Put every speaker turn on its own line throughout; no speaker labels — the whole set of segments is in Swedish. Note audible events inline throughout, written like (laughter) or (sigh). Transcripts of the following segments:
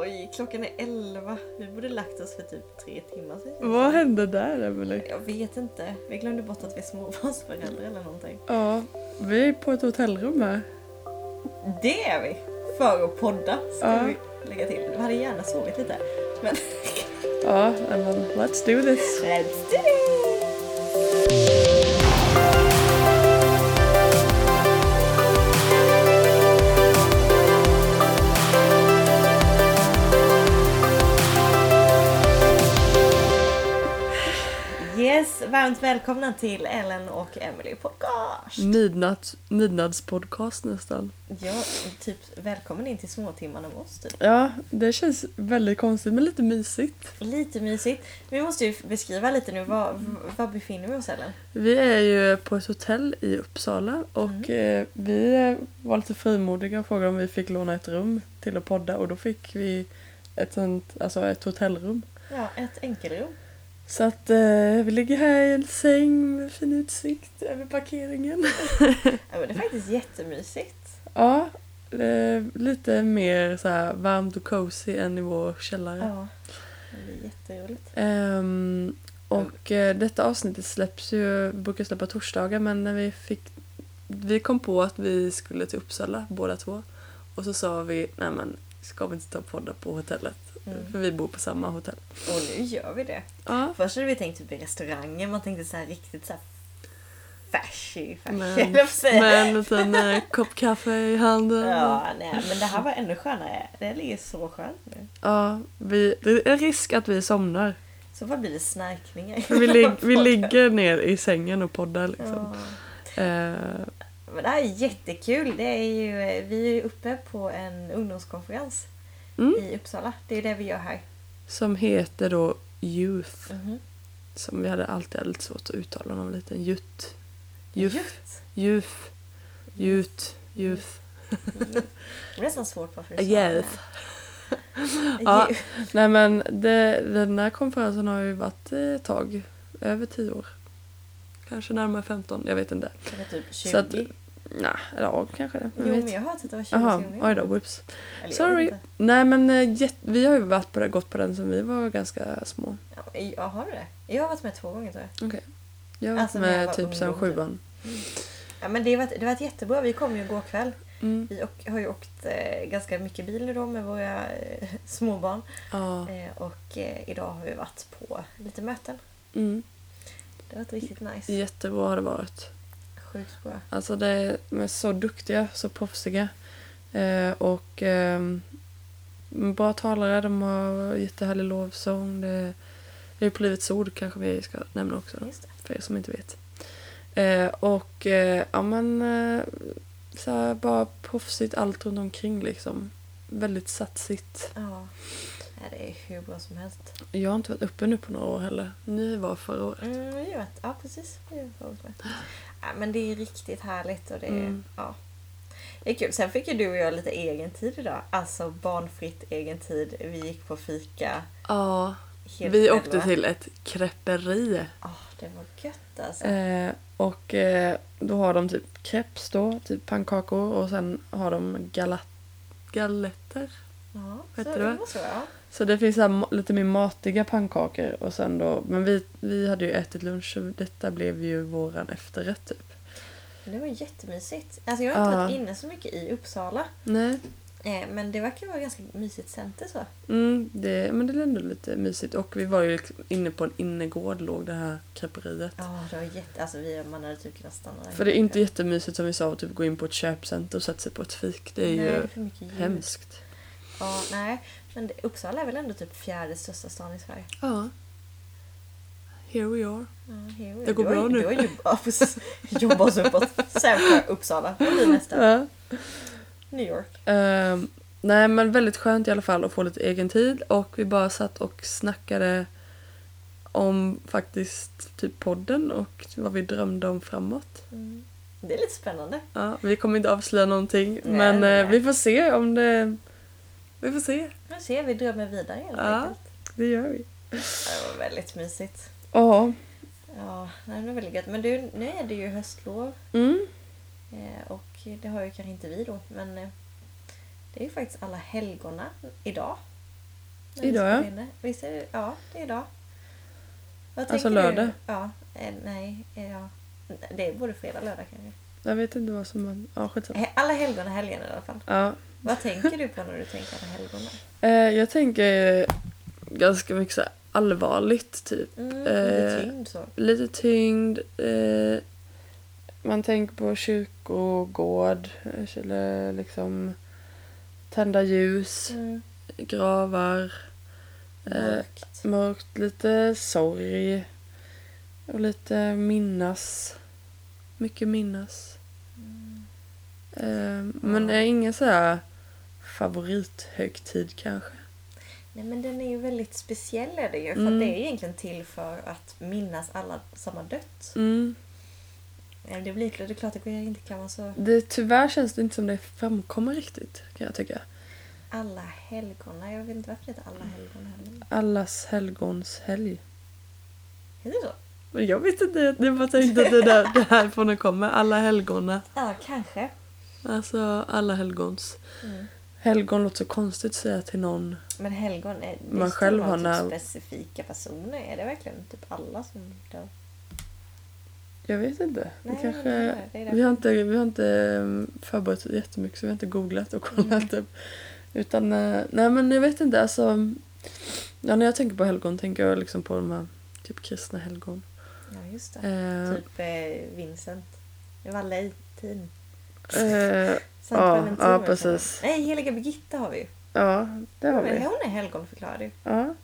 Oj, klockan är elva. Vi borde lagt oss för typ tre timmar sedan.
Vad hände där Emelie?
Jag vet inte. Vi glömde bort att vi är småbarnsföräldrar eller någonting.
Ja, vi är på ett hotellrum här.
Det är vi! För att podda ska
Ja.
vi lägga till. Vi hade gärna sovit lite. Men
Ja, nej, men let's do this.
let's do it! Yes, varmt välkomna till Ellen och Emily Podcast!
Midnatt, midnattspodcast nästan.
Ja, typ välkommen in till småtimmarna med oss typ.
Ja, det känns väldigt konstigt men lite mysigt.
Lite mysigt. Vi måste ju beskriva lite nu, var, var befinner vi oss Ellen?
Vi är ju på ett hotell i Uppsala och eh, vi eh, var lite frimodiga och frågade om vi fick låna ett rum till att podda och då fick vi ett, sånt, alltså ett hotellrum.
Ja, ett enkelrum.
Så att eh, vi ligger här i en säng med fin utsikt över parkeringen.
Ja, men det är faktiskt jättemysigt.
Ja, eh, lite mer så här varmt och cozy än i vår källare.
Ja. Det är jätteroligt.
Ehm, och eh, detta avsnittet släpps ju, vi brukar släppa torsdagar men när vi fick, vi kom på att vi skulle till Uppsala båda två. Och så sa vi, nej men ska vi inte ta podda på hotellet?
Mm.
För vi bor på samma hotell.
Och nu gör vi det.
Ja,
Först hade vi tänkt typ i restaurangen, man tänkte så här riktigt så här fashy, fashy
men,
höll jag på att säga.
med en liten eh, kopp kaffe i handen.
Ja, nej, men det här var ännu skönare. Det ligger så skönt nu.
Ja, vi, det är risk att vi somnar.
Så vad blir det snarkningar?
För vi, lig-
(laughs)
vi ligger ner i sängen och poddar liksom.
Ja.
Eh,
Men det här är jättekul. Det är ju, eh, vi är ju uppe på en ungdomskonferens
Mm.
i Uppsala. Det är det vi gör här.
som heter då Youth.
Mhm.
Som vi hade alltid hade lite svårt att uttala någon liten Youth. Youth.
Gött.
Youth. Youth. Youth.
Det är nästan svårt varför du sa
Yes. (laughs)
det.
Ja. Nej men det, den här konferensen har ju varit eh, ett tag. Över tio år. Kanske närmare 15, jag vet inte.
Det var typ 20.
Så att- Nej, eller ja, kanske det.
jo,
jag vet.
men jag har typ hört att det var 20
Jaha,
gånger.
oj då, whoops.
Eller, jag
Sorry.
vet inte.
Nej men eh, jätt, vi har ju varit på det, gått på den som vi var ganska små.
Ja, jag har det. Jag har varit med två gånger tror jag.
Jag har varit
Alltså, när jag var
med typ sen
ung.
sjuan.
Ja, men det har varit, det har varit jättebra. Vi kom ju igår kväll.
Mm.
Vi och, har ju åkt eh, ganska mycket bil nu då med våra eh, (laughs) småbarn.
Ja.
Eh, och eh, idag har vi varit på lite möten.
Mm.
Det har varit riktigt nice.
Jättebra har det varit.
Sjukt bra.
Alltså det är, de är så duktiga, så proffsiga. Eh, och eh, bra talare, de har jättehärlig lovsång. Det, det är på Livets Ord kanske vi ska nämna också.
Just det.
för er som inte vet. Eh, och eh, ja men eh, så här, bara proffsigt allt runt omkring liksom. Väldigt satsigt.
Ja. Ja, det är hur bra som helst.
Jag har inte varit uppe nu på några år heller. Ni var förra året.
Mm, vi har varit, ja, precis. Vi har varit med. Ja, men det är riktigt härligt och det är,
Mm.
ja. Det är kul. Sen fick ju du och jag lite egen tid idag. Alltså barnfritt egen tid. Vi gick på fika.
Ja,
helt
vi
själva.
åkte till ett kräpperi.
Ja, det var gött alltså.
Eh, och eh, då har de typ crepes då, typ pannkakor och sen har de galat galetter.
Ja, så
vet du
det
vad?
var så ja.
Så det finns så här, ma- lite mer matiga pannkakor och sen då, men vi, vi hade ju ätit lunch så detta blev ju våran efterrätt typ.
Men Det var jättemysigt. Alltså jag har inte
Ja.
varit inne så mycket i Uppsala.
Nej.
Eh, men det verkar vara ganska mysigt center så.
Mm, det, men det är ändå lite mysigt och vi var ju liksom inne på en innergård låg det här creperiet.
Ja, det var jätte... Alltså vi, man hade typ kunnat stanna där.
För det är inte jättemysigt som vi sa att typ gå in på ett köpcenter och sätta sig på ett fik. Det är
Nej,
ju
för mycket ljud.
hemskt.
Ja, nej. Men det, Uppsala är väl ändå typ fjärde största stan i Sverige.
Ja. Here we are.
Ja, here we
Det
are.
går
Du har
bra
ju-
nu.
Du har ju ja, precis. (laughs) jobba oss uppåt. Sen får Uppsala. Det blir nästa.
Ja.
New York.
Ehm, nej men väldigt skönt i alla fall att få lite egen tid och vi bara satt och snackade om faktiskt typ podden och vad vi drömde om framåt.
Mm. Det är lite spännande.
Ja, vi kommer inte avslöja någonting
Nej,
men
nej.
eh, vi får se om det... Vi får se,
Nu ser vi drömmen vidare helt
Ja.
enkelt.
det gör vi.
Det var väldigt mysigt.
Ja.
Ja, nej, det var väldigt gött. Men du, nu är det ju höstlov
Mm.
eh, och det har ju kanske inte vi då. Men eh, det är ju faktiskt alla helgona idag. när vi
Idag,
spelar
ja.
in det. Visst är det? Ja, det är idag. Vad
Alltså
tänker
lördag.
Du? Ja, eh, nej, eh, ja. Det är både fredag och lördag kanske.
Jag vet inte vad som... Man, ja, skitsamma.
He- Alla helgon och helgen i alla fall.
Ja.
Vad tänker du på när du tänker alla helgon?
Eh, jag tänker ganska mycket så här allvarligt, typ.
Mm,
Eh,
lite tyngd så.
lite tyngd. Eh, man tänker på kyrkogård, eller liksom tända ljus,
Mm,
gravar, eh,
mörkt.
mörkt, lite sorg och lite minnas. Mycket minnas. Eh, men
Ja.
det är ingen så här favorithögtid kanske.
Nej men den är ju väldigt speciell är det ju. För
Mm.
att det är egentligen till för att minnas alla som har dött.
Mm.
Eh, Det blir det är klart att det inte kan vara så.
Det, tyvärr känns det inte som det framkommer riktigt kan jag tycka.
Alla helgon. Nej, jag vet inte varför det heter alla helgon heller.
Allas helgons helg.
Heter det så?
Men jag vet inte, jag bara tänkte att det där det här från det kommer. Alla helgona.
Ja, kanske.
Alltså alla helgons.
Mm.
Helgon låter så konstigt att säga till någon.
Men helgon är, det
Man
ska
själv
vara
har när-
typ specifika personer. Är det verkligen typ alla som dör?
Jag vet inte.
Nej,
det
det är
kanske,
det. Det är det.
vi, har inte, vi har inte ehm, förberett jättemycket så vi har inte googlat och kollat.
Mm.
Upp. Utan, eh, nej men jag vet inte alltså. Ja, när jag tänker på helgon tänker jag liksom på de här typ kristna helgon.
Ja, just det.
Eh,
Typ eh, Vincent. Valentin.
eh,
Sankt
Ja,
Valentin var
ja,
det som
precis.
var. Nej, heliga Birgitta har vi ju.
ja, det har
Men
vi.
hon är helgon förklarar du.
Ja.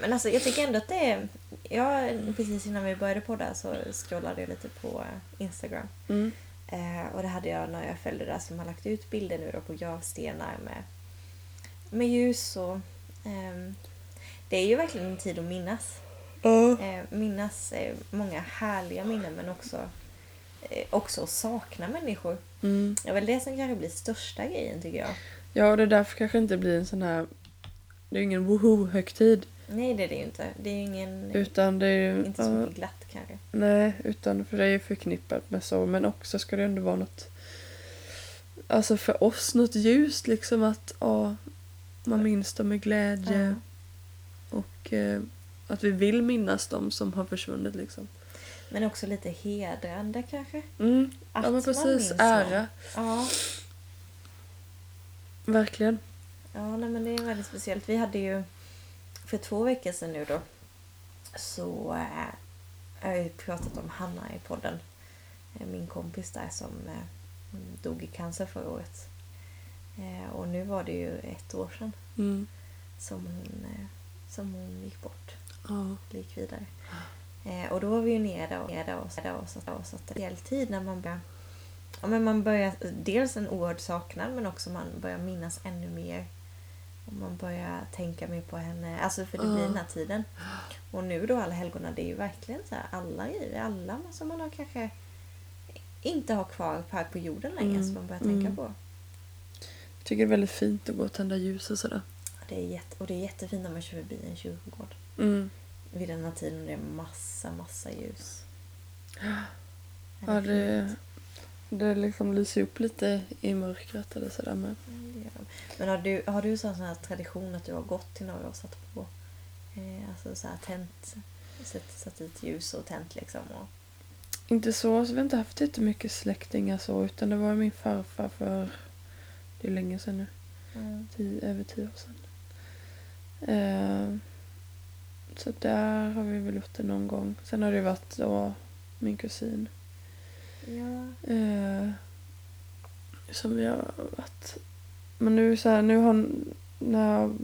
Men alltså jag tycker ändå att det är... Jag, precis innan vi började på det här så scrollade jag lite på eh, Instagram.
Mm.
Eh, och det hade jag när jag följde där som har lagt ut bilder nu då på gravstenar med, med ljus och... ehm, det är ju verkligen en tid att minnas.
Ja.
Eh, minnas eh, många härliga minnen men också, eh, också att sakna människor.
Mm.
Det är väl det som kanske blir största grejen tycker jag.
Ja, och det är därför kanske inte blir en sån här... Det är ju ingen woho-högtid.
Nej det är det ju inte. Det är ju ingen...
Utan det är ju...
Inte så
ja,
mycket glatt kanske.
nej, utan för det är ju förknippat med sorg. Men också ska det ändå vara något... Alltså för oss något ljust liksom att ja, man minns dem med glädje.
Ja.
Och eh, att vi vill minnas dem som har försvunnit liksom.
Men också lite hedrande kanske.
Mm.
Att
Ja men
man
precis,
minns
ära.
dem. Ja,
Verkligen.
ja nej, men det är väldigt speciellt. Vi hade ju för två veckor sedan nu då så eh, jag har ju pratat om Hanna i podden. Eh, Min kompis där som eh, dog i cancer förra året. Eh, och nu var det ju ett år sedan
Mm.
som hon, eh, som hon gick bort.
Ja.
gick vidare. Eh, och då var vi ju nere och, nere och, nere och satt och satt en hel tid när man börjar ja, men man börjar dels en oerhörd saknad men också man börjar minnas ännu mer. Och man börjar tänka mer på henne, alltså för det blir
Ja.
den här tiden. Och nu då alla helgona, det är ju verkligen så här alla grejer, alla som man har kanske inte har kvar här på jorden längre
Mm,
som man börjar tänka
mm.
på.
Jag tycker det är väldigt fint att gå och tända ljus och sådär.
Det är jätte, och det är jättefint när man kör förbi en kyrkogård.
Mm.
Vid den här tiden det är massa, massa
(gasps)
ljus.
Ja,
det är fint.
det, det liksom lyser upp lite i mörkret eller sådär med.
Det gör de. Men har du, har du sån sån här tradition att du har gått till några och satt på? Eh, alltså så här tänt, satt, satt dit ljus och tänt liksom. Och,
Inte så, så vi har inte haft jättemycket släktingar så, utan det var min farfar för, det är länge sedan nu, tio, över tio år sedan. Eh, så där har vi väl gjort det någon gång. Sen har det varit då min kusin
Ja.
eh, som vi har varit. Men nu så här, nu har, när jag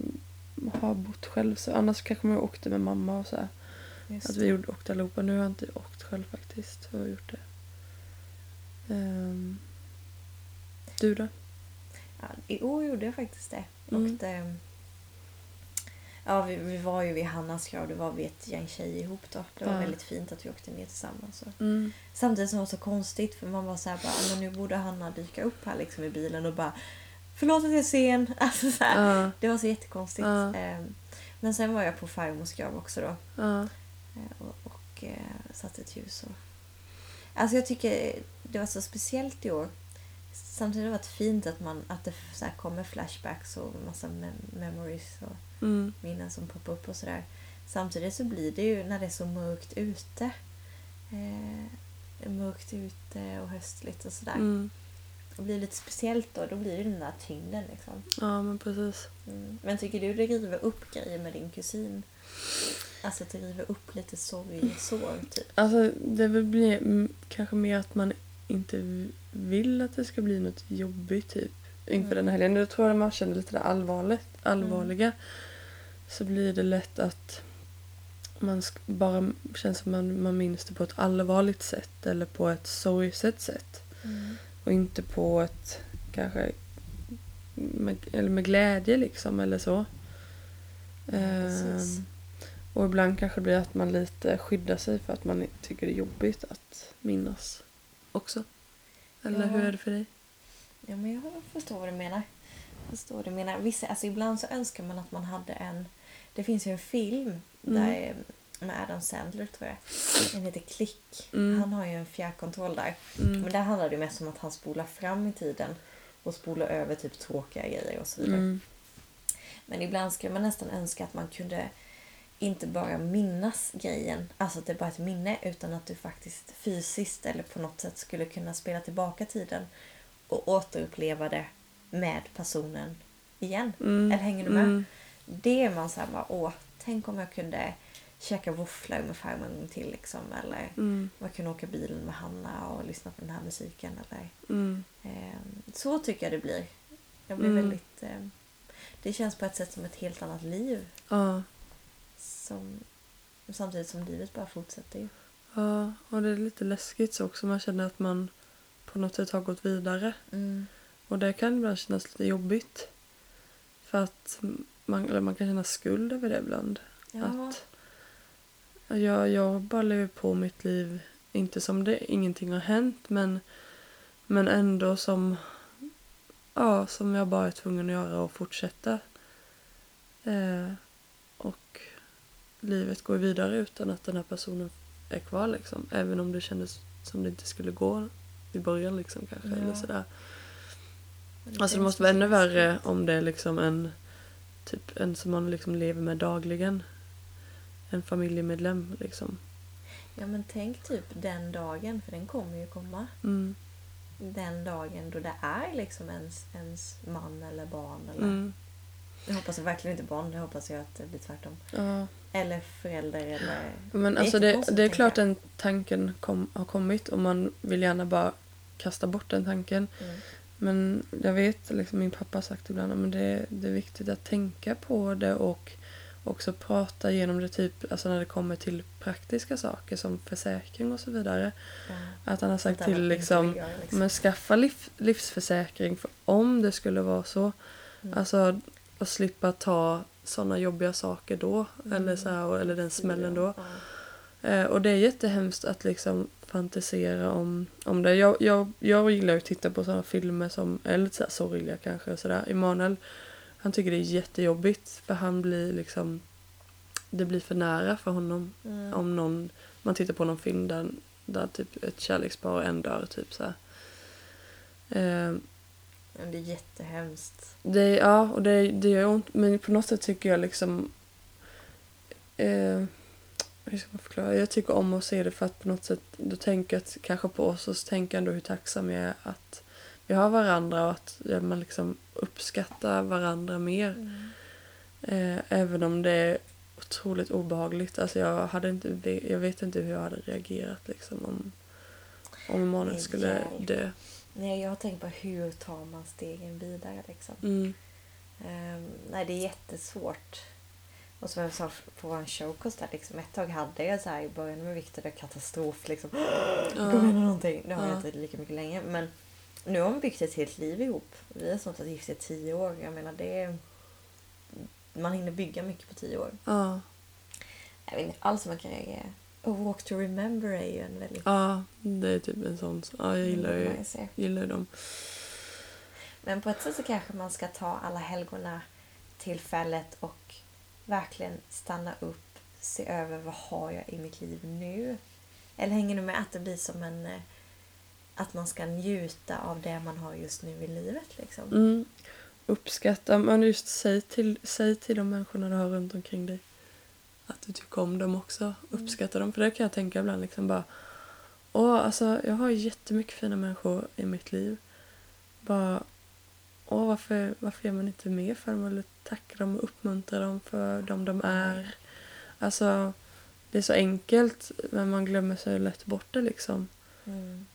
har bott själv så annars kanske man åkte med mamma och så här.
Just
Att vi gjorde åkte allihopa. Nu har jag inte åkt själv faktiskt. Jag har gjort det. Ehm, du då?
ja, I år gjorde jag faktiskt det.
Mm.
Och det ja, vi, vi var ju vid Hannas grav, det var vi ett gäng tjejer ihop då. Det var
Ja.
väldigt fint att vi åkte ner tillsammans. Och.
Mm.
Samtidigt som det var så konstigt för man var så här bara, "Ah, men nu borde Hanna dyka upp här liksom i bilen och bara Förlåt att jag är sen. (laughs) Alltså så här.
Ja,
Det var så jättekonstigt.
Ja.
Eh, Men sen var jag på farmors grav också då.
ja.
eh, Och, och eh, satte ett ljus. Och... Alltså jag tycker det var så speciellt i år. samtidigt har det varit fint att, man, att det så här kommer flashbacks och massa mem- memories och
Mm.
minnen som poppar upp och sådär. Samtidigt så blir det ju när det är så mörkt ute. Eh, mörkt ute och höstligt och sådär.
Mm.
Det blir lite speciellt då. Då blir det den där tyngden liksom.
Ja, men precis.
Mm. Men tycker du det river upp grejer med din kusin? Alltså att det river upp lite sorg sår typ.
Alltså, det väl blir mm, kanske mer att man inte vill att det ska bli något jobbigt typ inför
Mm.
den här helgen. Jag tror att man känner lite det allvarligt, allvarliga så blir det lätt att man sk- bara känns som man, man minns det på ett allvarligt sätt eller på ett sorgset sätt och inte på ett kanske med, eller med glädje liksom eller så.
Ja, precis.
Ehm, och ibland kanske det blir att man lite skyddar sig för att man tycker det är jobbigt att minnas också. Eller
Ja.
hur är det för dig?
Ja men jag förstår vad du menar. Jag förstår vad du menar. Vissa, alltså ibland så önskar man att man hade en... Det finns ju en film
Mm.
där, med Adam Sandler tror jag. Den heter Klick.
Mm.
Han har ju en fjärrkontroll där.
Mm.
Men där handlar det ju mest om att han spolar fram i tiden och spolar över typ tråkiga grejer och så vidare.
Mm.
Men ibland skulle man nästan önska att man kunde inte bara minnas grejen, alltså att det bara är ett minne, utan att du faktiskt fysiskt eller på något sätt skulle kunna spela tillbaka tiden och återuppleva det med personen igen.
Mm.
Eller hänger du med?
Mm.
Det är man såhär bara, åh, tänk om jag kunde käka våfflor med farmor en gång till liksom, eller
Mm.
man kunde åka bilen med Hanna och lyssna på den här musiken eller
Mm.
Ehm, Så tycker jag det blir. Jag blir
Mm.
väldigt... ehm, Det känns på ett sätt som ett helt annat liv.
Ja.
Som, samtidigt som livet bara fortsätter ju.
ja, och det är lite läskigt så också. Man känner att man på något sätt har gått vidare. Och det kan ibland kännas lite jobbigt. För att man, eller man kan känna skuld över det ibland.
Ja.
Att jag, jag bara lever på mitt liv, inte som det, ingenting har hänt men, men ändå som, ja, som jag bara är tvungen att göra och fortsätta. Eh, och livet går vidare utan att den här personen är kvar liksom. Även om det kändes som det inte skulle gå i början liksom kanske.
Ja.
Eller sådär.
Men
Alltså det
känns
måste vara ännu
som-
värre om det är liksom en, typ, en som man liksom lever med dagligen. En familjemedlem liksom.
Ja men tänk typ den dagen, för den kommer ju komma.
Mm.
Den dagen då det är liksom ens, ens man eller barn. Eller,
Mm.
Jag hoppas verkligen inte barn, jag hoppas jag att det blir tvärtom.
Ja.
Eller förälder eller...
Men
Det är
alltså det,
jättekonstigt,
det är
tänker
klart
jag.
den tanken kom, har kommit och man vill gärna bara kasta bort den tanken.
Mm.
Men jag vet, liksom, min pappa har sagt ibland att det, det är viktigt att tänka på det och också prata genom det typ, alltså när det kommer till praktiska saker som försäkring och så vidare.
Ja.
Att han har
Sånt
sagt
där
till
man inte
liksom,
vill göra, liksom.
men skaffa liv, livsförsäkring för om det skulle vara så. Alltså att slippa ta sådana jobbiga saker då. Eller, så här, eller den smällen då.
Ja.
Eh, och det är jättehemskt att liksom fantisera om, om det. Jag, jag, jag gillar ju att titta på sådana filmer som är lite så här sorgliga kanske och sådär. Emanuel, han tycker det är jättejobbigt för han blir liksom, det blir för nära för honom.
Mm.
Om någon, man tittar på någon film där, där typ ett kärlekspar och en dör typ så här. Eh,
Ja, Det är jättehemskt.
det, ja, och det, det gör ont. Men på något sätt tycker jag liksom... Eh, hur ska man förklara? Jag tycker om att se det för att på något sätt, då tänker jag att, kanske på oss och så tänker jag ändå hur tacksam jag är att vi har varandra och att ja, man liksom uppskattar varandra mer. Eh, även om det är otroligt obehagligt. Alltså jag, hade inte, ve- jag vet inte hur jag hade reagerat liksom om, om Emanuel
Nej,
skulle
hjälp.
dö.
Nej, jag har tänkt på hur tar man stegen vidare liksom.
Mm,
Ehm, nej, det är jättesvårt. Och som jag sa på vår showkost där, liksom, ett tag hade jag så här i början med Viktor, det var katastrof liksom. Det kommer hända någonting. Det har jag
Ja.
inte lika mycket längre. Men nu har vi byggt ett helt liv ihop. Vi har snart varit gifta i tio år. Jag menar det är... Man hinner bygga mycket på tio år.
ja.
Jag vet inte alls hur man kan reagera. Och Walk to Remember är ju en väldigt...
Ja, det är typ en sån. Ja, jag gillar ju
Mm, nice, ja.
gillar ju dem.
Men på ett sätt så kanske man ska ta alla helgona tillfället och verkligen stanna upp, se över vad har jag i mitt liv nu? Eller hänger du med att det blir som en... eh, att man ska njuta av det man har just nu i livet. Liksom.
Mm. Uppskatta, men just säg till, säg till de människorna du har runt omkring dig att du tycker om dem också. Uppskatta dem. För det kan jag tänka ibland liksom bara Åh, alltså jag har jättemycket fina människor i mitt liv. Bara Åh, varför, varför är man inte mer för dem eller tackar dem och uppmuntrar dem för dem de är? Alltså, det är så enkelt men man glömmer sig lätt bort det liksom.
Mm.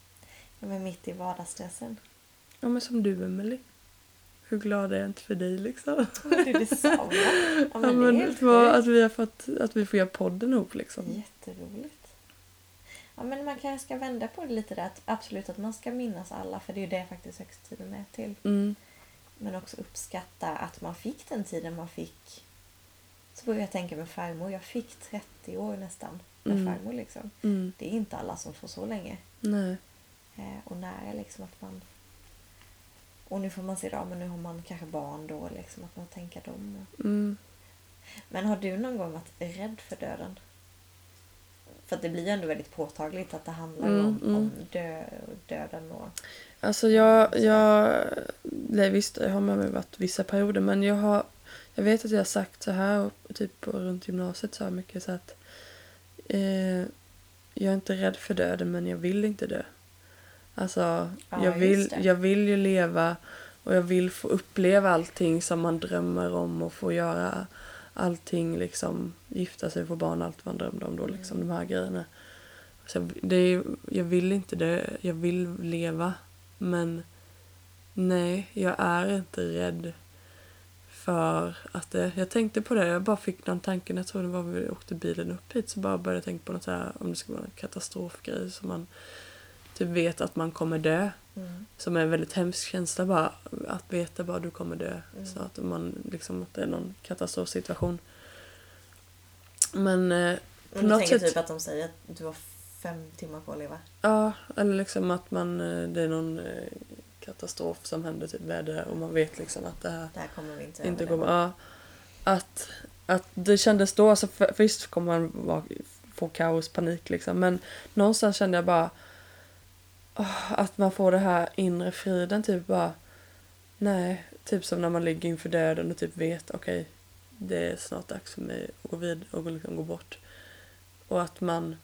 Ja, men mitt i (laughs) vardagsstressen.
Ja, men som du Emelie. Hur glad är jag inte för dig liksom?
Men Du, detsamma. Ja, men
(laughs) Ja,
det alltså- är
men
helt
vad-
sjukt.
att, vi har fått, att vi får göra podden ihop liksom.
Jätteroligt. Ja, men man kanske ska vända på det lite där. Att absolut att man ska minnas alla, för det är ju det faktiskt högtiden är till.
Mm.
Men också uppskatta att man fick den tiden man fick. Så började jag tänka med farmor. Jag fick 30 år nästan med
Mm.
farmor. Liksom.
Mm.
Det är inte alla som får så länge.
Nej.
Eh, och nära liksom att man... Och nu får man se då, men nu har man kanske barn då. Liksom, att man tänker dem.
Mm.
Men har du någon gång varit rädd för döden? För att det blir ju ändå väldigt påtagligt att det handlar
Mm,
om,
mm.
om dö, döden och...
Alltså jag, jag, nej visst jag har med mig varit vissa perioder men jag har, jag vet att jag har sagt så här och typ på- runt gymnasiet så här mycket så att eh, jag är inte rädd för döden men jag vill inte dö. Alltså
Ja,
jag,
just
vill,
det.
jag vill ju leva och jag vill få uppleva allting som man drömmer om och få göra allting liksom, gifta sig, få barn, allt man drömde om då liksom,
Mm.
de här grejerna. Så jag- det är, jag vill inte dö, jag vill leva. Men nej, jag är inte rädd för att det... Jag tänkte på det, jag bara fick den tanken, jag tror det var vi åkte bilen upp hit, så bara började jag tänka på något så här, om det skulle vara en katastrofgrej som man typ vet att man kommer dö.
Mm.
Som är en väldigt hemsk känsla bara, att veta bara du kommer dö snart. Om man liksom, att det är någon katastrofsituation. Men eh, på
Men du
något
tänker
sätt...
typ att de säger att du har fem timmar kvar att leva.
Ja, eller liksom att man, eh, det är någon eh, katastrof som händer, typ väder och man vet liksom att det här
Det här kommer vi inte
inte
överleva.
kommer... Ja, att, att det kändes då, alltså för, visst kommer man vara, få kaos, panik liksom, men någonstans kände jag bara åh, att man får det här inre friden, typ bara nej, typ som när man ligger inför döden och typ vet okej, det är snart dags för mig att gå vid och gå- liksom gå bort. Och att man,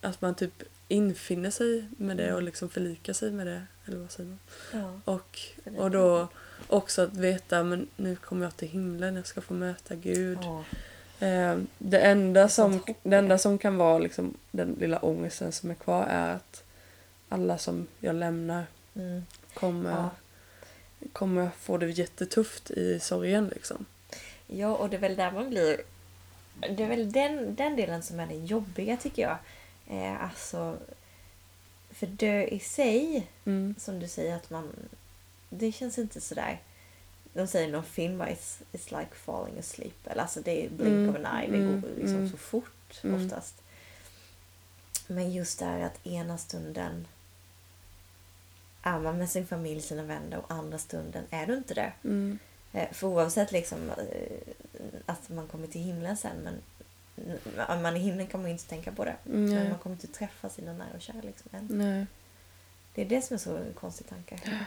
att man typ infinner sig med det och liksom förlikar sig med det, eller vad säger man?
Ja.
Och, och då också att veta men nu kommer jag till himlen, jag ska få möta Gud.
Ja.
Eh, det, enda
sånt
som,
hopp
det enda som kan vara liksom, den lilla ångesten som är kvar är att alla som jag lämnar
Mm.
kommer,
Ja.
kommer få det jättetufft i sorgen. Liksom.
ja, och det är väl där man blir... Det är väl den, den delen som är den jobbiga tycker jag. Eh, alltså... För dö i sig
Mm.
som du säger att man... Det känns inte sådär... De säger i någon film bara it's, it's like falling asleep. Eller alltså det är blink
Mm,
of an eye. Det
mm,
går liksom
mm.
så fort
Mm.
oftast. Men just det här att ena stunden är man med sin familj, sina vänner och andra stunden är du inte det.
Mm.
Eh, För oavsett liksom eh, att man kommer till himlen sen men om man i himlen kan man ju inte tänka på det.
Nej.
Men man kommer inte träffa sina nära och kära liksom än.
Mm, Nej.
Det är det som är så en konstig tanke.
Ja.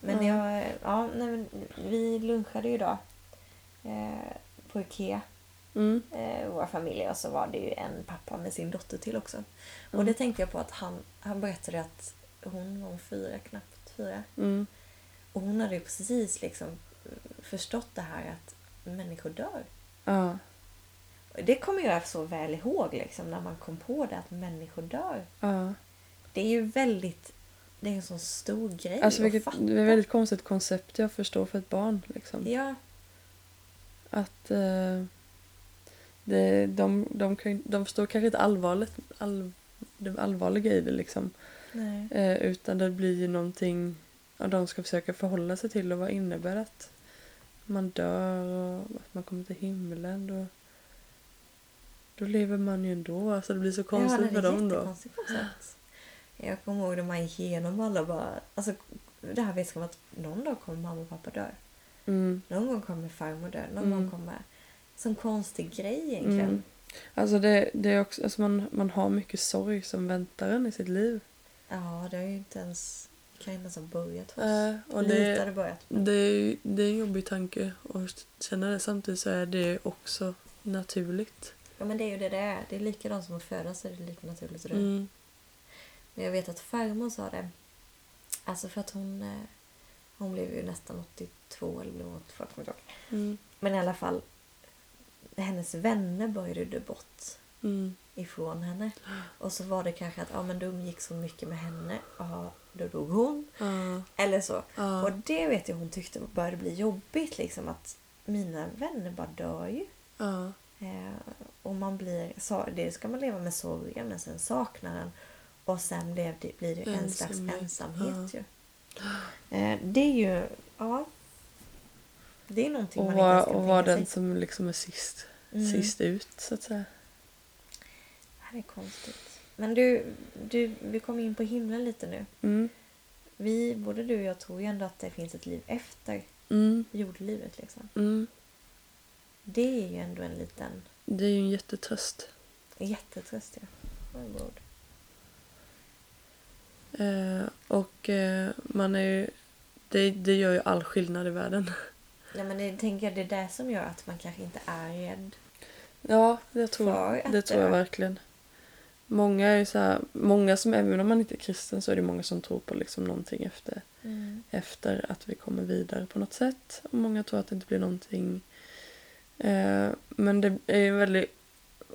Men jag, ja, nej, men vi lunchade ju idag eh, på Ikea,
Mm.
eh, våra familjer, och så var det ju en pappa med sin dotter till också. Och
Mm.
det tänkte jag på att han, han berättade att hon var fyra, knappt fyra.
Mm.
Och hon hade ju precis liksom eh, förstått det här att människor dör.
Ja.
Och Det kommer jag så väl ihåg liksom, när man kom på det att människor dör.
Ja.
Det är ju väldigt... Det är en sån stor grej
Alltså vilket,
att fatta.
det är ett väldigt konstigt koncept jag förstår för ett barn. Liksom.
Ja,
Att eh, det, de, de, kan, de förstår kanske inte allvarligt, all, det allvarliga i det liksom.
nej.
Eh, utan det blir ju någonting och de ska försöka förhålla sig till och vad innebär att man dör och att man kommer till himlen. Då, då lever man ju ändå. Alltså det blir så konstigt
ja,
för
det är
dem då.
jättekonstigt koncept. Jag kommer ihåg när man gick igenom alla bara... Alltså, det här vetskapen att någon dag kommer mamma och pappa dö.
Mm,
Någon gång kommer farmor dö. Någon
Mm.
gång kommer... Som konstig grej egentligen.
Mm. Alltså det, det är också, alltså man, man har mycket sorg som väntar en i sitt liv.
Ja, det har ju inte ens... kan inte ens ha börjat hos
Eh, och
Lite har
det,
det börjat.
det, är, ju- det är en jobbig tanke att känna det. Samtidigt så är det också naturligt.
Ja, men det är ju det det är. Det är likadant som att födas, så är det lika naturligt att dö.
Mm.
Men jag vet att farmor sa det. Alltså för att hon... eh, Hon blev ju nästan 82 eller blev hon 82, jag kommer inte ihåg.
Mm.
Men i alla fall. Hennes vänner började ju dö bort
Mm.
ifrån henne. Och så var det kanske att ja, men du umgicks så mycket med henne. Ja, då dog hon.
Ja.
Eller så.
Ja.
Och det vet jag hon tyckte började bli jobbigt. Liksom att mina vänner bara dör ju.
Ja.
Eh, och man blir, sa- det ska man leva med sorgen men sen saknaden. Och sen blev det, blir det en slags
Ensamhet,
ensamhet ju. Eh, det är ju, ja. Det är någonting
Och
man inte ens kan
vara och var
tänka
den
sig.
som liksom är sist,
Mm.
sist ut så att säga.
Det här är konstigt. Men du, du, vi kom in på himlen lite nu.
Mm.
Vi, både du och jag tror ju ändå att det finns ett liv efter
Mm.
jordlivet. Liksom.
Mm.
Det är ju ändå en liten
Det är ju en jättetröst.
jättetröst. Ja. Vad god.
Eh, och eh, man är ju, det, det gör ju all skillnad i världen. (laughs)
Nej, men det, tänker jag, det är det som gör att man kanske inte är rädd.
Ja, det tror,
För att
det tror jag
dö.
verkligen. Många är ju så här, många som även om man inte är kristen så är det många som tror på liksom någonting efter,
Mm.
efter att vi kommer vidare på något sätt. Och många tror att det inte blir någonting. Eh, men det är ju en väldig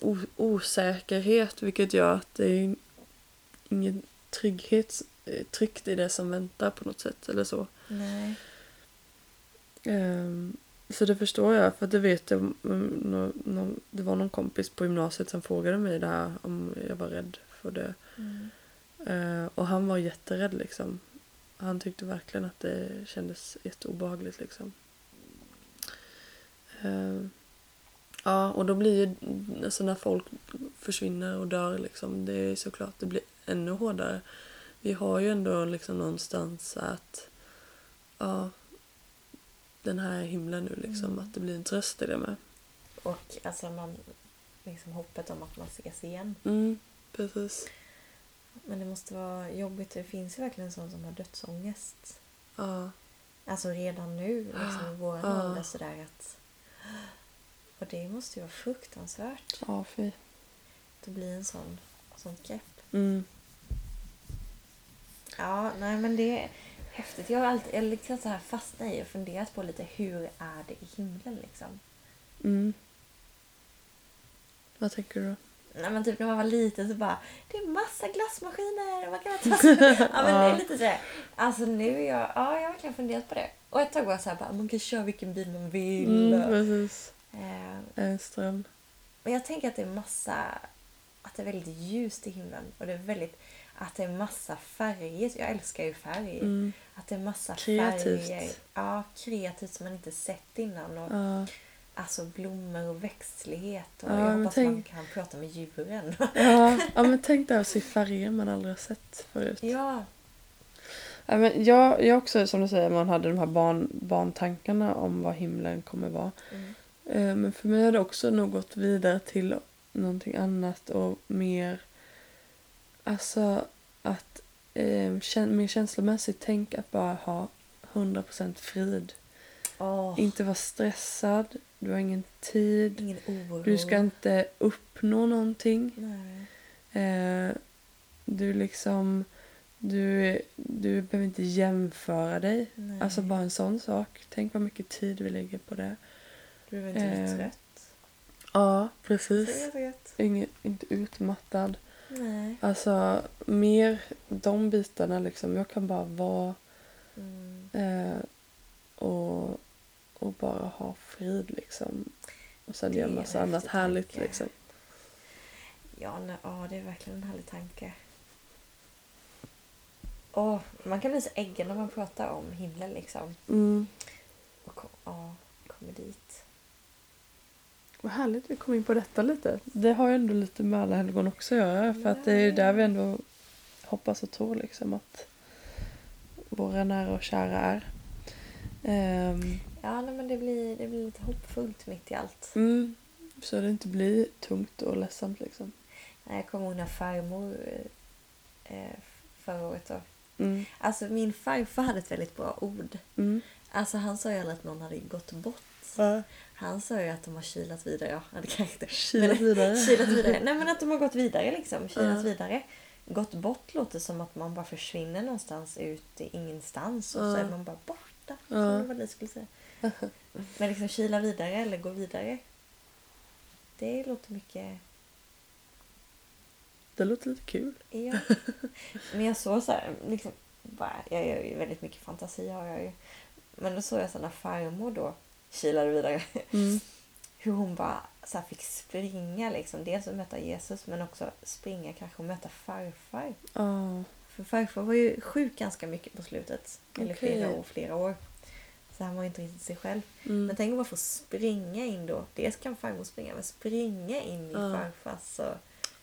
o- osäkerhet vilket gör att det är ingen trygghet eh, tryggt i det som väntar på något sätt eller så.
Nej.
Ehm, Så det förstår jag, för att det vet jag. mm, nå- nå- Det var någon kompis på gymnasiet som frågade mig det här om jag var rädd för det.
Mm.
Eh, Och han var jätterädd liksom. Han tyckte verkligen att det kändes jätteobehagligt liksom. Ehm, Ja, och då blir ju, alltså när folk försvinner och dör liksom, det är såklart, det blir ännu hårdare. Vi har ju ändå liksom någonstans att, ja, den här himlen nu liksom,
Mm.
att det blir en tröst i det med.
Och alltså man, liksom hoppet om att man ses igen.
Mm, precis.
Men det måste vara jobbigt. Det finns ju verkligen sådana som har dödsångest.
Ja, alltså,
Alltså redan nu, liksom i våran
Ja.
ålder sådär att... Och det måste ju vara fruktansvärt.
ja fy.
Att bli en sån, sån grepp.
Mm,
Ja, nej men det är häftigt. Jag har alltid jag har liksom så här fastnat i och funderat på lite hur är det i himlen liksom.
mm. Vad tänker du då?
Nej men typ när man var liten så bara det är massa glassmaskiner och man kan ha
(laughs)
tass- ja, men det är lite så här. Alltså nu är jag, ja jag har verkligen funderat på det. Och ett tag var jag så här bara man kan köra vilken bil man vill.
Mm, precis.
Eh,
En ström.
Men jag tänker att det är massa att det är väldigt ljust i himlen och det är väldigt att det är massa färger. Jag älskar ju färg.
Mm.
Att det är massa
Kreativt.
färger. Ja, kreativt som man inte sett innan. Och,
Ja.
Alltså blommor och växtlighet. Och
Ja,
jag
men
hoppas man
tänk-
kan prata med djuren. (laughs)
Ja, ja men tänk dig att se färger man aldrig har sett förut.
ja.
Ja, men jag, jag också, som du säger, man hade de här barn, barntankarna om vad himlen kommer vara.
Mm.
Eh, Men för mig har det också nog gått vidare till någonting annat och mer... Alltså att eh, kän- mer känslomässigt tänk att bara ha 100% frid.
Åh,
Inte vara stressad, du har ingen tid,
ingen oro.
du ska inte uppnå någonting.
Nej.
Eh, du liksom... Du, du behöver inte jämföra dig.
Nej.
Alltså bara en sån sak. Tänk vad mycket tid vi lägger på det.
Du behöver inte bli
eh,
trött.
Ja,
Det är
precis.
så gött.
Ingen, inte utmattad.
Nej.
Alltså mer de bitarna liksom. Jag kan bara vara
Mm.
eh, och, och bara ha frid liksom. Och sen
Det
göra
är en
massa annat
häftig
härligt
tanke.
liksom.
Ja, nej, ja, det är verkligen en härlig tanke. Åh, man kan bli så äggen när man pratar om himlen liksom.
Mm.
Och kom, ja, kommer dit.
Vad härligt vi kom in på detta lite. Det har ju ändå lite med alla helgon också att göra. För att det är ju där vi ändå hoppas och tror liksom att våra nära och kära är. Ehm,
Ja, nej, men det blir, det blir lite hoppfullt mitt i allt.
mm, Så det inte blir tungt och ledsamt liksom.
Nej, Jag kommer ihåg när farmor eh, förra året då. Alltså min farfar hade ett väldigt bra ord.
Mm.
Alltså han sa ju aldrig att någon hade gått bort. Han sa ju att de har kilat vidare. Ja, det kanske inte.
Kilat
Men-
vidare.
kilat vidare. Nej men att de har gått vidare liksom. Kilat
Ja.
vidare. Gått bort låter som att man bara försvinner någonstans ut i ingenstans och så
Ja.
är man bara borta.
Ja.
Som det var ni
(laughs)
skulle säga. Men liksom kila vidare eller gå vidare. Det låter mycket
Det låter lite kul. (laughs)
Ja. Men jag såg så här, liksom, bara, jag gör ju väldigt mycket fantasi har jag ju. Men då såg jag så när farmor då kilade vidare.
Mm.
Hur hon bara så här fick springa liksom. Dels att möta Jesus men också springa kanske och möta farfar.
Ja.
För farfar var ju sjuk ganska mycket på slutet. Eller
Okej.
flera år, flera år. Så han var ju inte riktigt sig själv.
Mm.
Men tänk om man får springa in då. Dels kan farmor springa men springa in i
Ja.
farfars och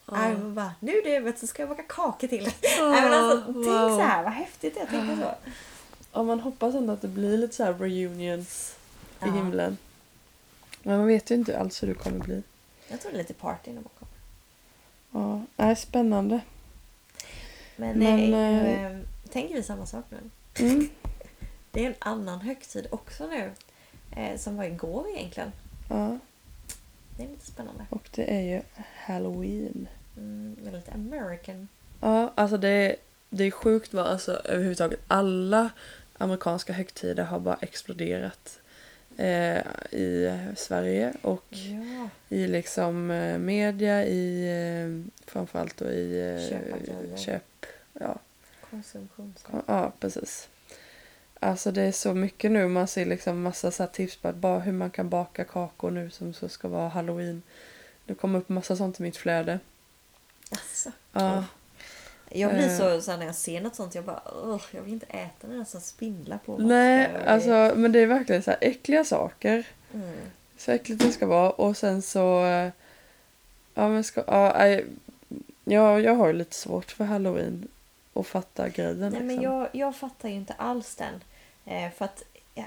Ja.
armar och bara nu du vet så ska jag baka kakor till.
Ja,
(laughs) Nej, men alltså,
wow.
Tänk så här, vad häftigt det är att tänka så.
Ja, man hoppas ändå att det blir lite så här reunions
Ja.
i himlen. Men man vet ju inte alls hur det kommer bli.
Jag tror det är lite party när man kommer.
Ja, nej, spännande.
Men,
Men,
eh, ju,
eh,
eh, tänker vi samma sak nu?
Mm.
Det är en annan högtid också nu. Eh, som var igår egentligen.
Ja,
Det är lite spännande.
och det är ju halloween.
Mm, det är lite American.
Ja, alltså det är, det är sjukt vad alltså överhuvudtaget alla amerikanska högtider har bara exploderat eh, i Sverige och
Ja.
i liksom eh, media, i eh, framförallt då i eh,
Köpaffärer.
köp. Ja,
Konsumtion. så.
ja, precis. Alltså det är så mycket nu, man ser liksom massa så här tips på att bara hur man kan baka kakor nu som så ska vara halloween. Det kommer upp massa sånt i mitt flöde.
Alltså.
Ja,
Jag blir
Eh.
så, så här, när jag ser något sånt, jag bara "Ugh, jag vill inte äta den här som spindlar på mig.
Nej,
Jag-
alltså men det är verkligen så här äckliga saker.
Mm.
Så äckligt det ska vara och sen så... eh, Ja men ska... Ja, nej, ja, jag har ju lite svårt för halloween och fatta grejen
Nej,
liksom.
men jag, jag fattar ju inte alls den. Eh, för att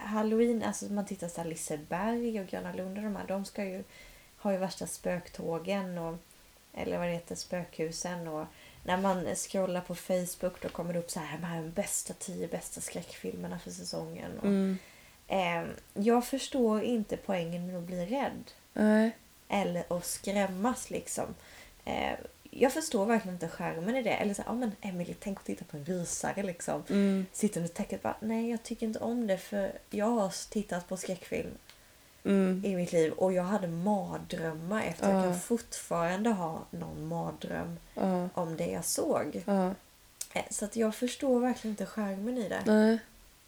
halloween, alltså om man tittar så här Liseberg och Gröna Lund och de här, de ska ju, har ju värsta spöktågen och eller vad det heter, spökhusen och när man scrollar på Facebook då kommer det upp så här, de här bästa tio bästa skräckfilmerna för säsongen. Och,
Mm,
eh, jag förstår inte poängen med att bli rädd
nej.
eller att skrämmas liksom. Eh, jag förstår verkligen inte skärmen i det. Eller så, här, ja men Emily tänk att titta på en rysare liksom.
Mm,
Sitter under täcket och bara, nej jag tycker inte om det för jag har tittat på skräckfilm
mm,
i mitt liv och jag hade mardrömmar efter. Jag
Ja.
kan fortfarande ha någon mardröm
ja,
om det jag såg.
ja.
Eh, Så att jag förstår verkligen inte skärmen i det.
Nej.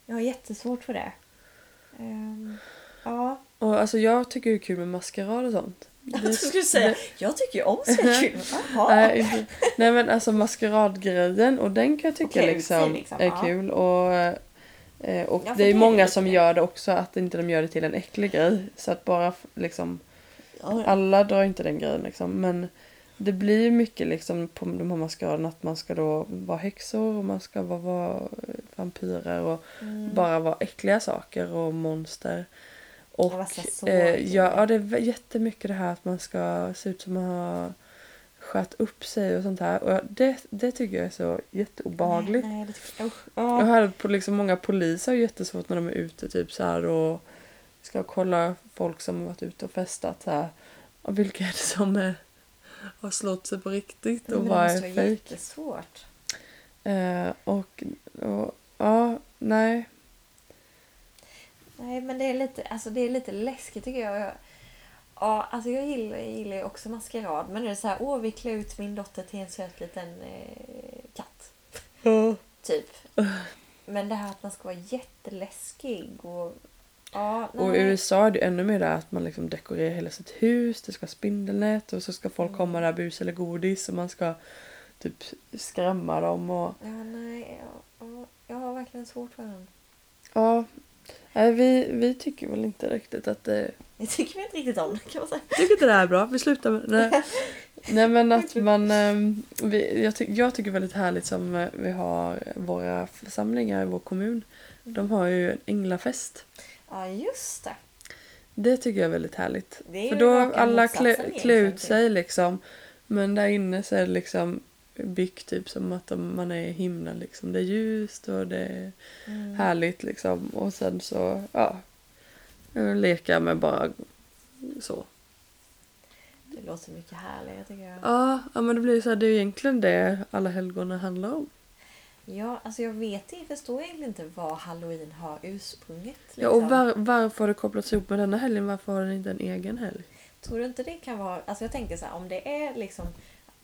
Jag har jättesvårt för det. Ehm, ja,
Och alltså jag tycker det är kul med maskerad och sånt.
(laughs) jag trodde du skulle säga, jag tycker ju om skräckfilm. Jaha.
Mm. Nej, inte- nej men alltså maskeradgrejen och den kan jag tycka
Okej,
liksom,
liksom,
är
ja.
kul. Och, eh, och
Ja, för
det är
det är
många
lite
som
det.
gör det också att inte de gör det till en äcklig grej. Så att bara f- liksom
Ja, ja.
alla drar inte den grejen liksom. Men det blir ju mycket liksom på de här maskeraderna att man ska då vara häxor och man ska vara, vara vampyrer och
Mm.
bara vara äckliga saker och monster. Och
Och massa sår.
eh, ja, ja, det är vä- jättemycket det här att man ska se ut som man har sköt upp sig och sånt här. Och jag- det, det tycker jag är så jätteobehagligt.
Nej, nej, det tycker jag. usch,
Jag
ja.
hör att på liksom många poliser har jättesvårt när de är ute typ så här och ska kolla folk som har varit ute och festat så här. Och vilka är det som är, har slått sig på riktigt och
Men
vad
det måste
är
vara
fejk?
jättesvårt.
Eh, och, och ja, nej.
Nej, men det är lite, alltså det är lite läskigt tycker jag. jag ja, alltså jag gillar, gillar ju också maskerad. Men nu är det så här, åh vi klär ut min dotter till en söt liten eh, katt.
Ja.
Typ. Men det här att man ska vara jätteläskig och... Ja,
Och i
nej.
USA är det ännu mer där att man liksom dekorerar hela sitt hus, det ska vara spindelnät och så ska folk
Mm.
komma där bus eller godis och man ska typ skrämma dem och
Ja, nej. Ja, ja, jag har verkligen svårt för den.
ja. Nej, vi, vi tycker väl inte riktigt att det...
Jag tycker inte riktigt om den kan man säga.
tycker inte det här är bra, vi slutar med Nej, (laughs) Nej men att man... ehm, Vi, jag, ty, jag tycker väldigt härligt som eh, vi har våra församlingar i vår kommun. De har ju en änglafest.
Ja, just det.
Det tycker jag är väldigt härligt.
Det är ju
För då har
raka
alla
motsatsen
klä, klä
egentligen typ.
ut
till-
sig liksom. Men där inne så är det liksom byggt typ som att de, man är i himlen liksom. Det är ljust och det är
Mm.
härligt liksom. Och sen så, ja. Leka med bara så.
Det låter mycket härligare tycker jag.
Ja, ja men det blir så här, det är ju egentligen det alla helgona handlar om.
Ja, alltså jag vet inte, jag förstår egentligen inte vad halloween har liksom. ursprunget.
Ja, och var, varför har det kopplats ihop med denna helgen? Varför har den inte en egen helg?
Tror du inte det kan vara... Alltså jag tänker så här, om det är liksom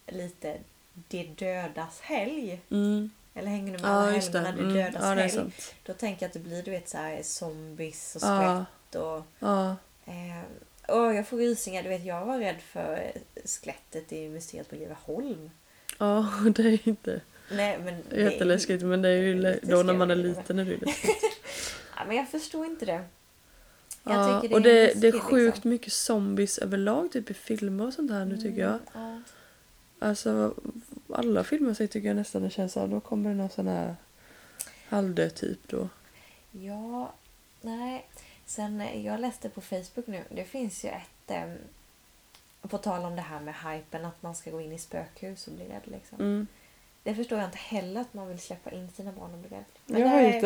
lite de dödas helg.
Mm.
Eller hänger du med alla
Ja, just det.
helgona, de
Mm.
dödas
Ja, det är
helg.
sant.
Då tänker jag att det blir du vet så här zombies och
Ja.
skelett och...
Ja.
Eh, åh, jag får rysningar. Du vet, jag var rädd för eh, skelettet i museet på Liveholm.
Ja, (laughs) det är inte
Nej, men... det-
jätteläskigt men det är ju
det är
le-
lite
då när man är
scary.
liten är det ju läskigt.
Ja, men jag förstår inte det. Jag
Ja,
tycker
och det, det är
läskigt,
sjukt
liksom.
mycket zombies överlag typ i filmer och sånt här nu tycker jag.
Mm, Ja.
Alltså alla filmer så tycker jag nästan det känns av då kommer det någon sån här halvdöd typ då.
Ja, nej. Sen eh, jag läste på Facebook nu. Det finns ju ett... Eh, på tal om det här med hypen att man ska gå in i spökhus och bli rädd. Liksom.
Mm.
Det förstår jag inte heller att man vill släppa in sina barn och bli rädd. Men
Jag
det
har
är-
gjort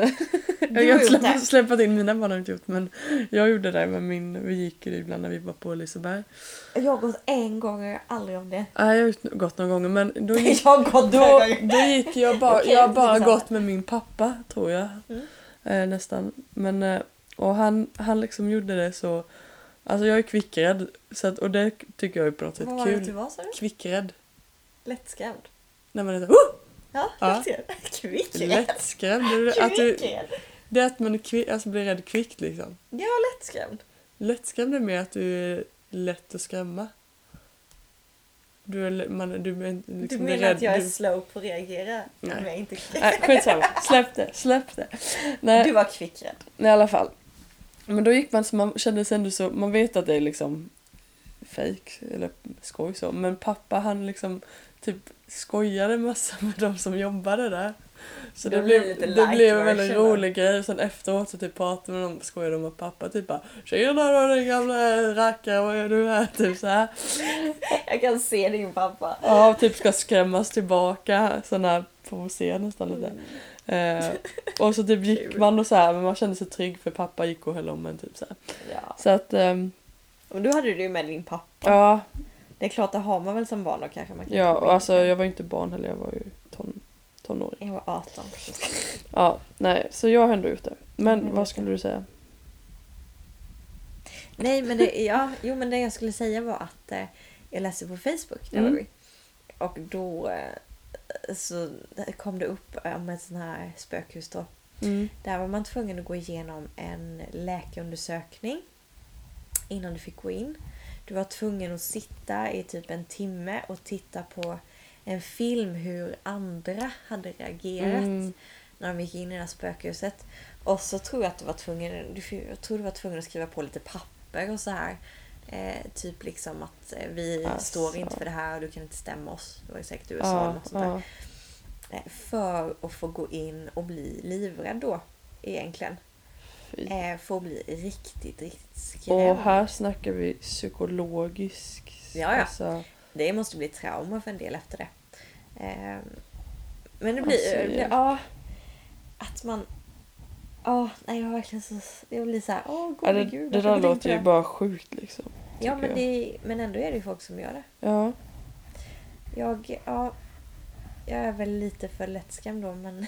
det.
har
Jag har
gjort
släppt,
det.
släppt in mina barn har inte gjort men jag gjorde det med min, vi gick ju ibland när vi var på Liseberg.
Jag har gått en gång och jag har aldrig om det.
Nej, jag har gjort- gått några gånger men då
(laughs)
gick
Jag har gått
Då,
då.
då gick jag bara,
Okej,
jag har bara
intressant.
gått med min pappa tror jag.
Mm.
Eh, nästan. Men, eh, och han, han liksom gjorde det så, alltså jag är kvickrädd. Så att, och det tycker jag är på något sätt
Vad var det du
kul.
var sa du?
Kvickrädd.
Lättskrämd?
När man är såhär oh!
Ja,
Ja.
ja. (laughs) Kvickrädd.
lättskrämd. Det är Att du,
Kvickrädd.
det är att man är kvi, alltså blir rädd kvickt liksom.
Ja, lättskrämd.
Lättskrämd är mer att du är lätt att skrämma. Du är, l- man, du är inte-
Du
liksom blir
menar
rädd.
att jag är
du,
slow på att reagera?
Nej.
Men jag är inte (laughs) kvick.
nej, skitsamma. Släpp det, släpp det. Nej.
Du var kvickrädd.
Nej, i alla fall. Men då gick man så man kände sig ändå så, man vet att det är liksom fake eller skoj så. Men pappa han liksom typ skojade massa med de som jobbade där. Så
Det
det,
blir
blev,
lite
det
light
blev en väldigt
version, va?
rolig grej. Och sen efteråt så typ pratade med dem, skojade de med pappa typ bara Tjena då din gamla rackare, vad gör du här? Typ så här.
Jag kan se din pappa.
Ja, och typ ska skrämmas tillbaka. Sån här provocerande nästan lite. Eh, och så typ gick
Mm. (laughs) Kul.
man och så här, men man kände sig trygg för pappa gick och höll om en typ så här.
Ja.
Så att, ehm,
Men du hade du ju med din pappa.
ja,
Det är klart, det har man väl som barn och kanske man kan
ja
få
och
in.
alltså jag var ju inte barn heller, jag var ju ton, tonåring.
Jag var 18.
Ja, nej, så jag har ändå gjort det. Men
Mm.
vad skulle du säga?
Nej, men det, ja, jo, men det jag skulle säga var att eh, jag läste på Facebook, där
Mm.
var vi. Och då eh, så kom det upp om ett sånt här spökhus då.
Mm.
Där var man tvungen att gå igenom en läkarundersökning innan du fick gå in. Du var tvungen att sitta i typ en timme och titta på en film hur andra hade reagerat
Mm.
när de gick in i det här spökhuset. Och så tror jag att du var tvungen, du, f- jag tror du var tvungen att skriva på lite papper och så här. Eh, typ liksom att eh, vi
Alltså.
står inte för det här och du kan inte stämma oss. Det var ju säkert USA eller
Ja,
något sånt där.
ja.
Eh, För att få gå in och bli livrädd då. Egentligen.
Fy.
Eh, För att bli riktigt, riktigt skrämd.
Och här snackar vi psykologisk.
Ja, ja.
Alltså,
Det måste bli trauma för en del efter det. Eh, Men det blir...
Alltså,
det blir
ja.
ja. Att man... Ja, nej jag har verkligen så... Jag blir såhär, åh
ja,
gode
det,
gud.
det
varför
där
tänkte
låter ju
jag?"
bara sjukt liksom.
Ja,
tycker
men, det, men ändå är det ju folk som gör det.
Ja.
Jag, ja... Jag är väl lite för lättskrämd då, men...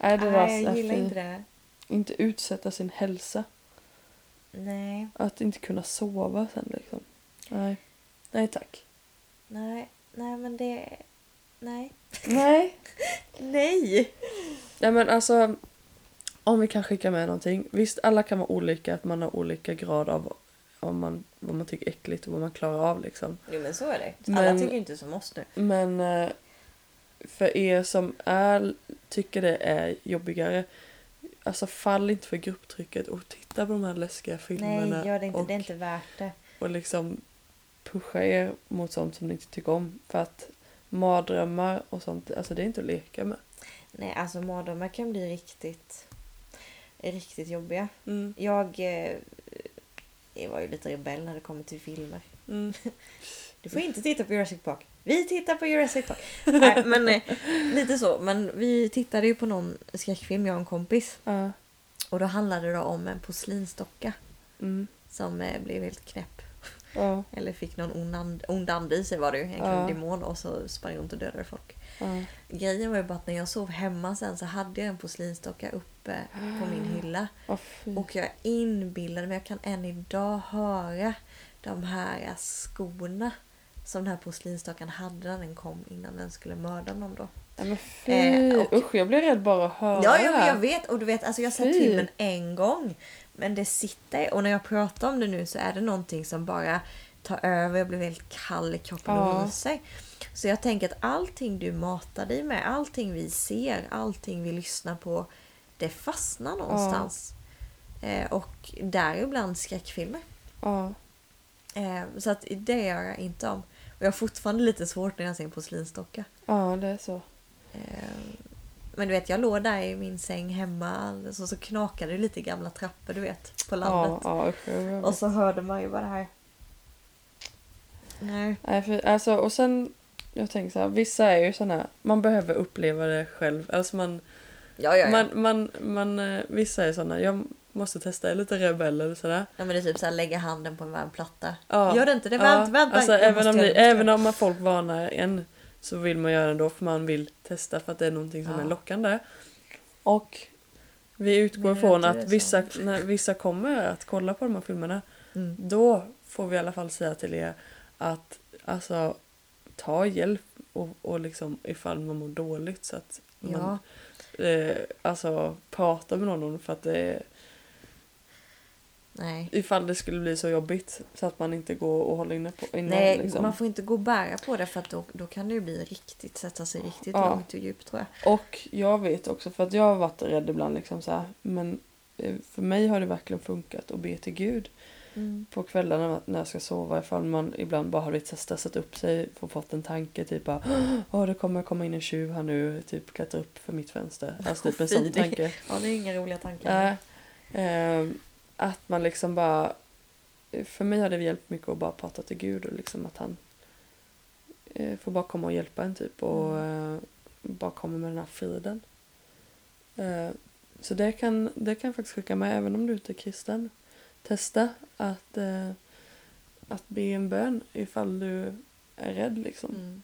Nej, det
(laughs)
där,
nej, jag
att
gillar
vi-
inte det.
inte utsätta sin hälsa.
Nej,
Att inte kunna sova sen liksom. Nej.
(laughs)
Nej tack.
nej, nej men det... Nej.
Nej.
Nej!
Nej men alltså. Om vi kan skicka med någonting. Visst alla kan vara olika, att man har olika grad av om man, vad man tycker är äckligt och vad man klarar av liksom.
Jo men så är det. Alla
Men-
tycker ju inte som oss nu.
Men eh, för er som är, tycker det är jobbigare. Alltså fall inte för grupptrycket och titta på de här läskiga
Nej,
filmerna.
gör det inte.
och,
Det är inte värt det.
och liksom pusha er mot sånt som ni inte tycker om. För att mardrömmar och sånt, alltså det är inte att leka med.
Nej, alltså mardrömmar kan Mm, bli riktigt, riktigt jobbiga. Jag eh, Jag var ju lite rebell när det kommer till filmer.
Mm.
Du får inte titta på Jurassic Park. Vi tittar på Jurassic Park. Nej, men eh, lite så. Men vi tittade ju på någon skräckfilm, jag och en kompis.
Ja.
Och då handlade det om en porslinsdocka
Mm.
som eh, blev helt knäpp.
Ja.
Eller fick någon ond and- ond ande i sig var det ju. Egentligen
Ja.
en demon och så sprang runt och dödade folk.
Ja.
Grejen var ju bara att när jag sov hemma sen så hade jag en porslinsdocka uppe på min hylla.
Åh, fy.
Och jag inbillade mig, jag kan än idag höra de här skorna som den här porslinsdockan hade när den kom innan den skulle mörda någon då.
Nej, men fy.
Eh, och-
Usch, jag blir rädd bara att höra.
Ja, ja men jag vet. Och du vet, alltså jag har sett
Fy.
filmen en gång. Men det sitter. Och när jag pratar om det nu så är det någonting som bara tar över. Jag blir helt kall i kroppen
Ja.
och ryser. Så jag tänker att allting du matar dig med, allting vi ser, allting vi lyssnar på. Det fastnar någonstans. Eh, och däribland skräckfilmer.
Ja.
Eh, så att det gör jag inte om. Och jag har fortfarande lite svårt när jag ser en porslinsdocka.
ja, det är så.
Eh, Men du vet, jag låg där i min säng hemma och så, så knakade det lite i gamla trappor, du vet, på
Ja,
landet.
ja, usch, jag blir-
Och så hörde man ju bara det här. Nej.
Nej, för, alltså, och sen, jag tänker så här, vissa är ju sådana, man behöver uppleva det själv. Alltså man,
Ja, ja, ja.
man, man, man eh, vissa är sådana, jag måste testa, jag är lite rebell eller sådär.
ja men det är typ såhär lägga handen på en varm platta.
Ja.
Gör det inte det?
Ja,
Vänta, vänta.
Alltså,
jag
även,
måste
om,
göra
det,
jag måste
även
göra
om folk varnar en så vill man göra det ändå för man vill testa för att det är någonting som
Ja.
är lockande. Och vi utgår
Men
från
jag tror
att
det är
vissa,
sant.
när vissa kommer att kolla på de här filmerna
det. Mm.
då får vi i alla fall säga till er att alltså, ta hjälp och, och liksom ifall man mår dåligt så att
Ja.
man eh, alltså prata med någon för att det,
Nej.
ifall det skulle bli så jobbigt så att man inte går och håller inne på inne
Nej,
liksom.
man får inte gå och bära på det för att då, då kan det ju bli riktigt, sätta sig riktigt
Ja.
långt och djupt tror jag.
Och jag vet också för att jag har varit rädd ibland liksom så här, men eh, för mig har det verkligen funkat att be till Gud
Mm.
på kvällarna när jag ska sova ifall man ibland bara har lite så här stressat upp sig och fått en tanke typ bara Åh det kommer komma in en tjuv här nu, typ klättra upp för mitt fönster. Alltså typ en
Fy,
sån
det-
tanke.
Ja, det är inga roliga tankar.
Nej. Ehm, att man liksom bara För mig har det hjälpt mycket att bara prata till Gud och liksom att han eh, får bara komma och hjälpa en typ och
Mm.
eh, bara komma med den här friden. Eh, så det kan, det kan jag faktiskt skicka med även om du inte är kristen. Testa att, eh, att be en bön ifall du är rädd liksom.
Mm.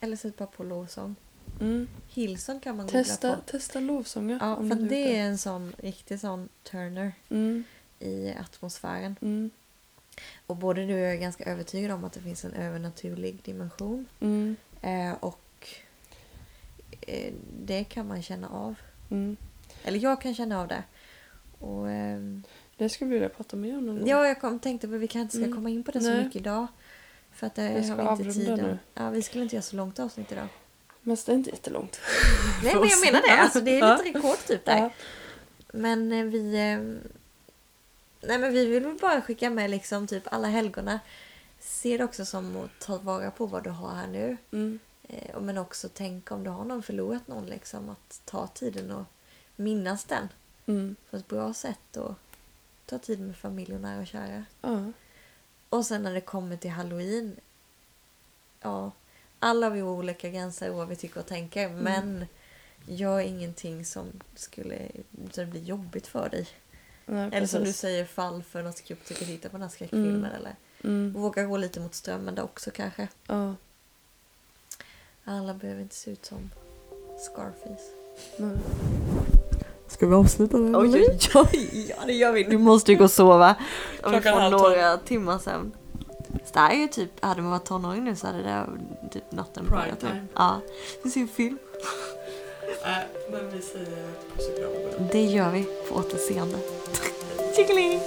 Eller sätt bara på lovsång.
Mm.
Hilson kan man
Testa,
googla på.
testa lovsånger.
Ja,
om
för
du vill
det är en sån riktig sån turner
Mm,
i atmosfären.
mm,
Och både du och jag är ganska övertygade om att det finns en övernaturlig dimension.
mm,
Eh, och eh, det kan man känna av.
mm.
Eller jag kan känna av det. Och, ehm,
Det skulle vi vilja prata mer om någon gång.
ja, jag kom, tänkte på att vi kanske inte ska
Mm.
komma in på det så
Nej.
mycket idag. För att det
Vi ska
har vi inte
avrunda
tiden.
nu.
Ja, vi skulle inte göra så långt avsnitt
(laughs)
idag.
Men det är inte jättelångt.
Nej,
För
men jag
oss.
menar det. Alltså, det
Ja.
är lite rekord typ där.
Ja.
Men eh, vi... eh, Nej men vi vill väl bara skicka med liksom typ alla helgona. Se det också som att ta vara på vad du har här nu.
Mm.
Eh, och Men också tänk om du har någon förlorat någon liksom att ta tiden och minnas den
Mm.
på ett bra sätt och ta tid med familj och nära och kära.
Ja.
Och sen när det kommer till halloween. Ja, alla har vi olika gränser och vad vi tycker och tänker men gör ingenting som skulle så det blir jobbigt för dig.
Nej,
Eller som du
precis.
säger, fall för något grupp tycker titta på den här skräckfilmen.
Mm.
Eller
Mm.
våga gå lite mot strömmen där också kanske.
Ja.
Alla behöver inte se ut som Scarface.
Nej. Ska vi avsluta nu?
oj, ja det gör vi. Du måste ju gå och sova. Om du
Klockan
får
halv tolv.
några timmar sen. Så det här är ju typ, hade man varit tonåring nu så hade det här typ natten
Prime
börjat.
time.
Ja, vi ser en film.
Nej, Äh, men vi säger puss och kram.
(laughs) Det gör vi på återseende. Tjingeling!